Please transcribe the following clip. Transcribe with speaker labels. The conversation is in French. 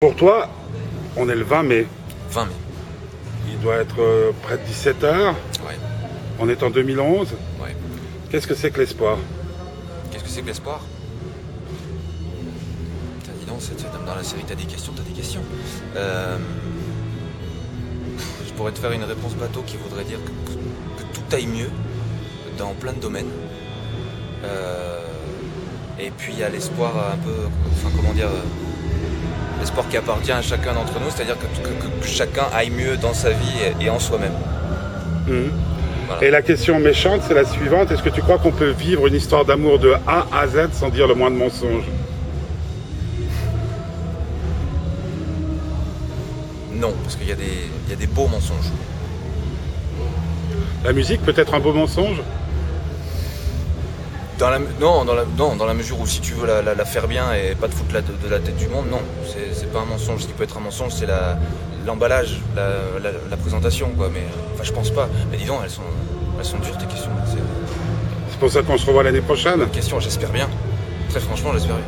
Speaker 1: Pour toi, on est le 20 mai.
Speaker 2: 20 mai.
Speaker 1: Il doit être euh, près de 17 h
Speaker 2: Ouais,
Speaker 1: On est en 2011.
Speaker 2: ouais.
Speaker 1: Qu'est-ce que c'est que l'espoir
Speaker 2: Qu'est-ce que c'est que l'espoir Putain, dis donc, cette- dans la série, t'as des questions, t'as des questions. Euh, Je pourrais te faire une réponse bateau qui voudrait dire que, que- que tout aille mieux dans plein de domaines. Euh, Et puis il y a l'espoir un peu, enfin comment dire, euh, l'espoir qui appartient à chacun d'entre nous, c'est-à-dire que, que- que chacun aille mieux dans sa vie et- et en soi-même.
Speaker 1: Mhm.
Speaker 2: Voilà.
Speaker 1: Et la question méchante, c'est la suivante. Est-ce que tu crois qu'on peut vivre une histoire d'amour de A à Z sans dire le moins de mensonges
Speaker 2: Non, parce qu'il y, a des- il y a des beaux mensonges.
Speaker 1: La musique peut être un beau mensonge
Speaker 2: Dans la, non, dans la, non, dans la mesure où si tu veux la, la- la faire bien et pas te foutre la- de, de la tête du monde, non, c'est c'est pas un mensonge. Ce qui peut être un mensonge, c'est la- l'emballage, la, la- la présentation, quoi. Mais euh, enfin, je pense pas. Mais dis donc, elles sont, elles sont dures tes questions. C'est
Speaker 1: C'est pour ça qu'on se revoit l'année prochaine
Speaker 2: une question, j'espère bien. Très franchement, j'espère bien.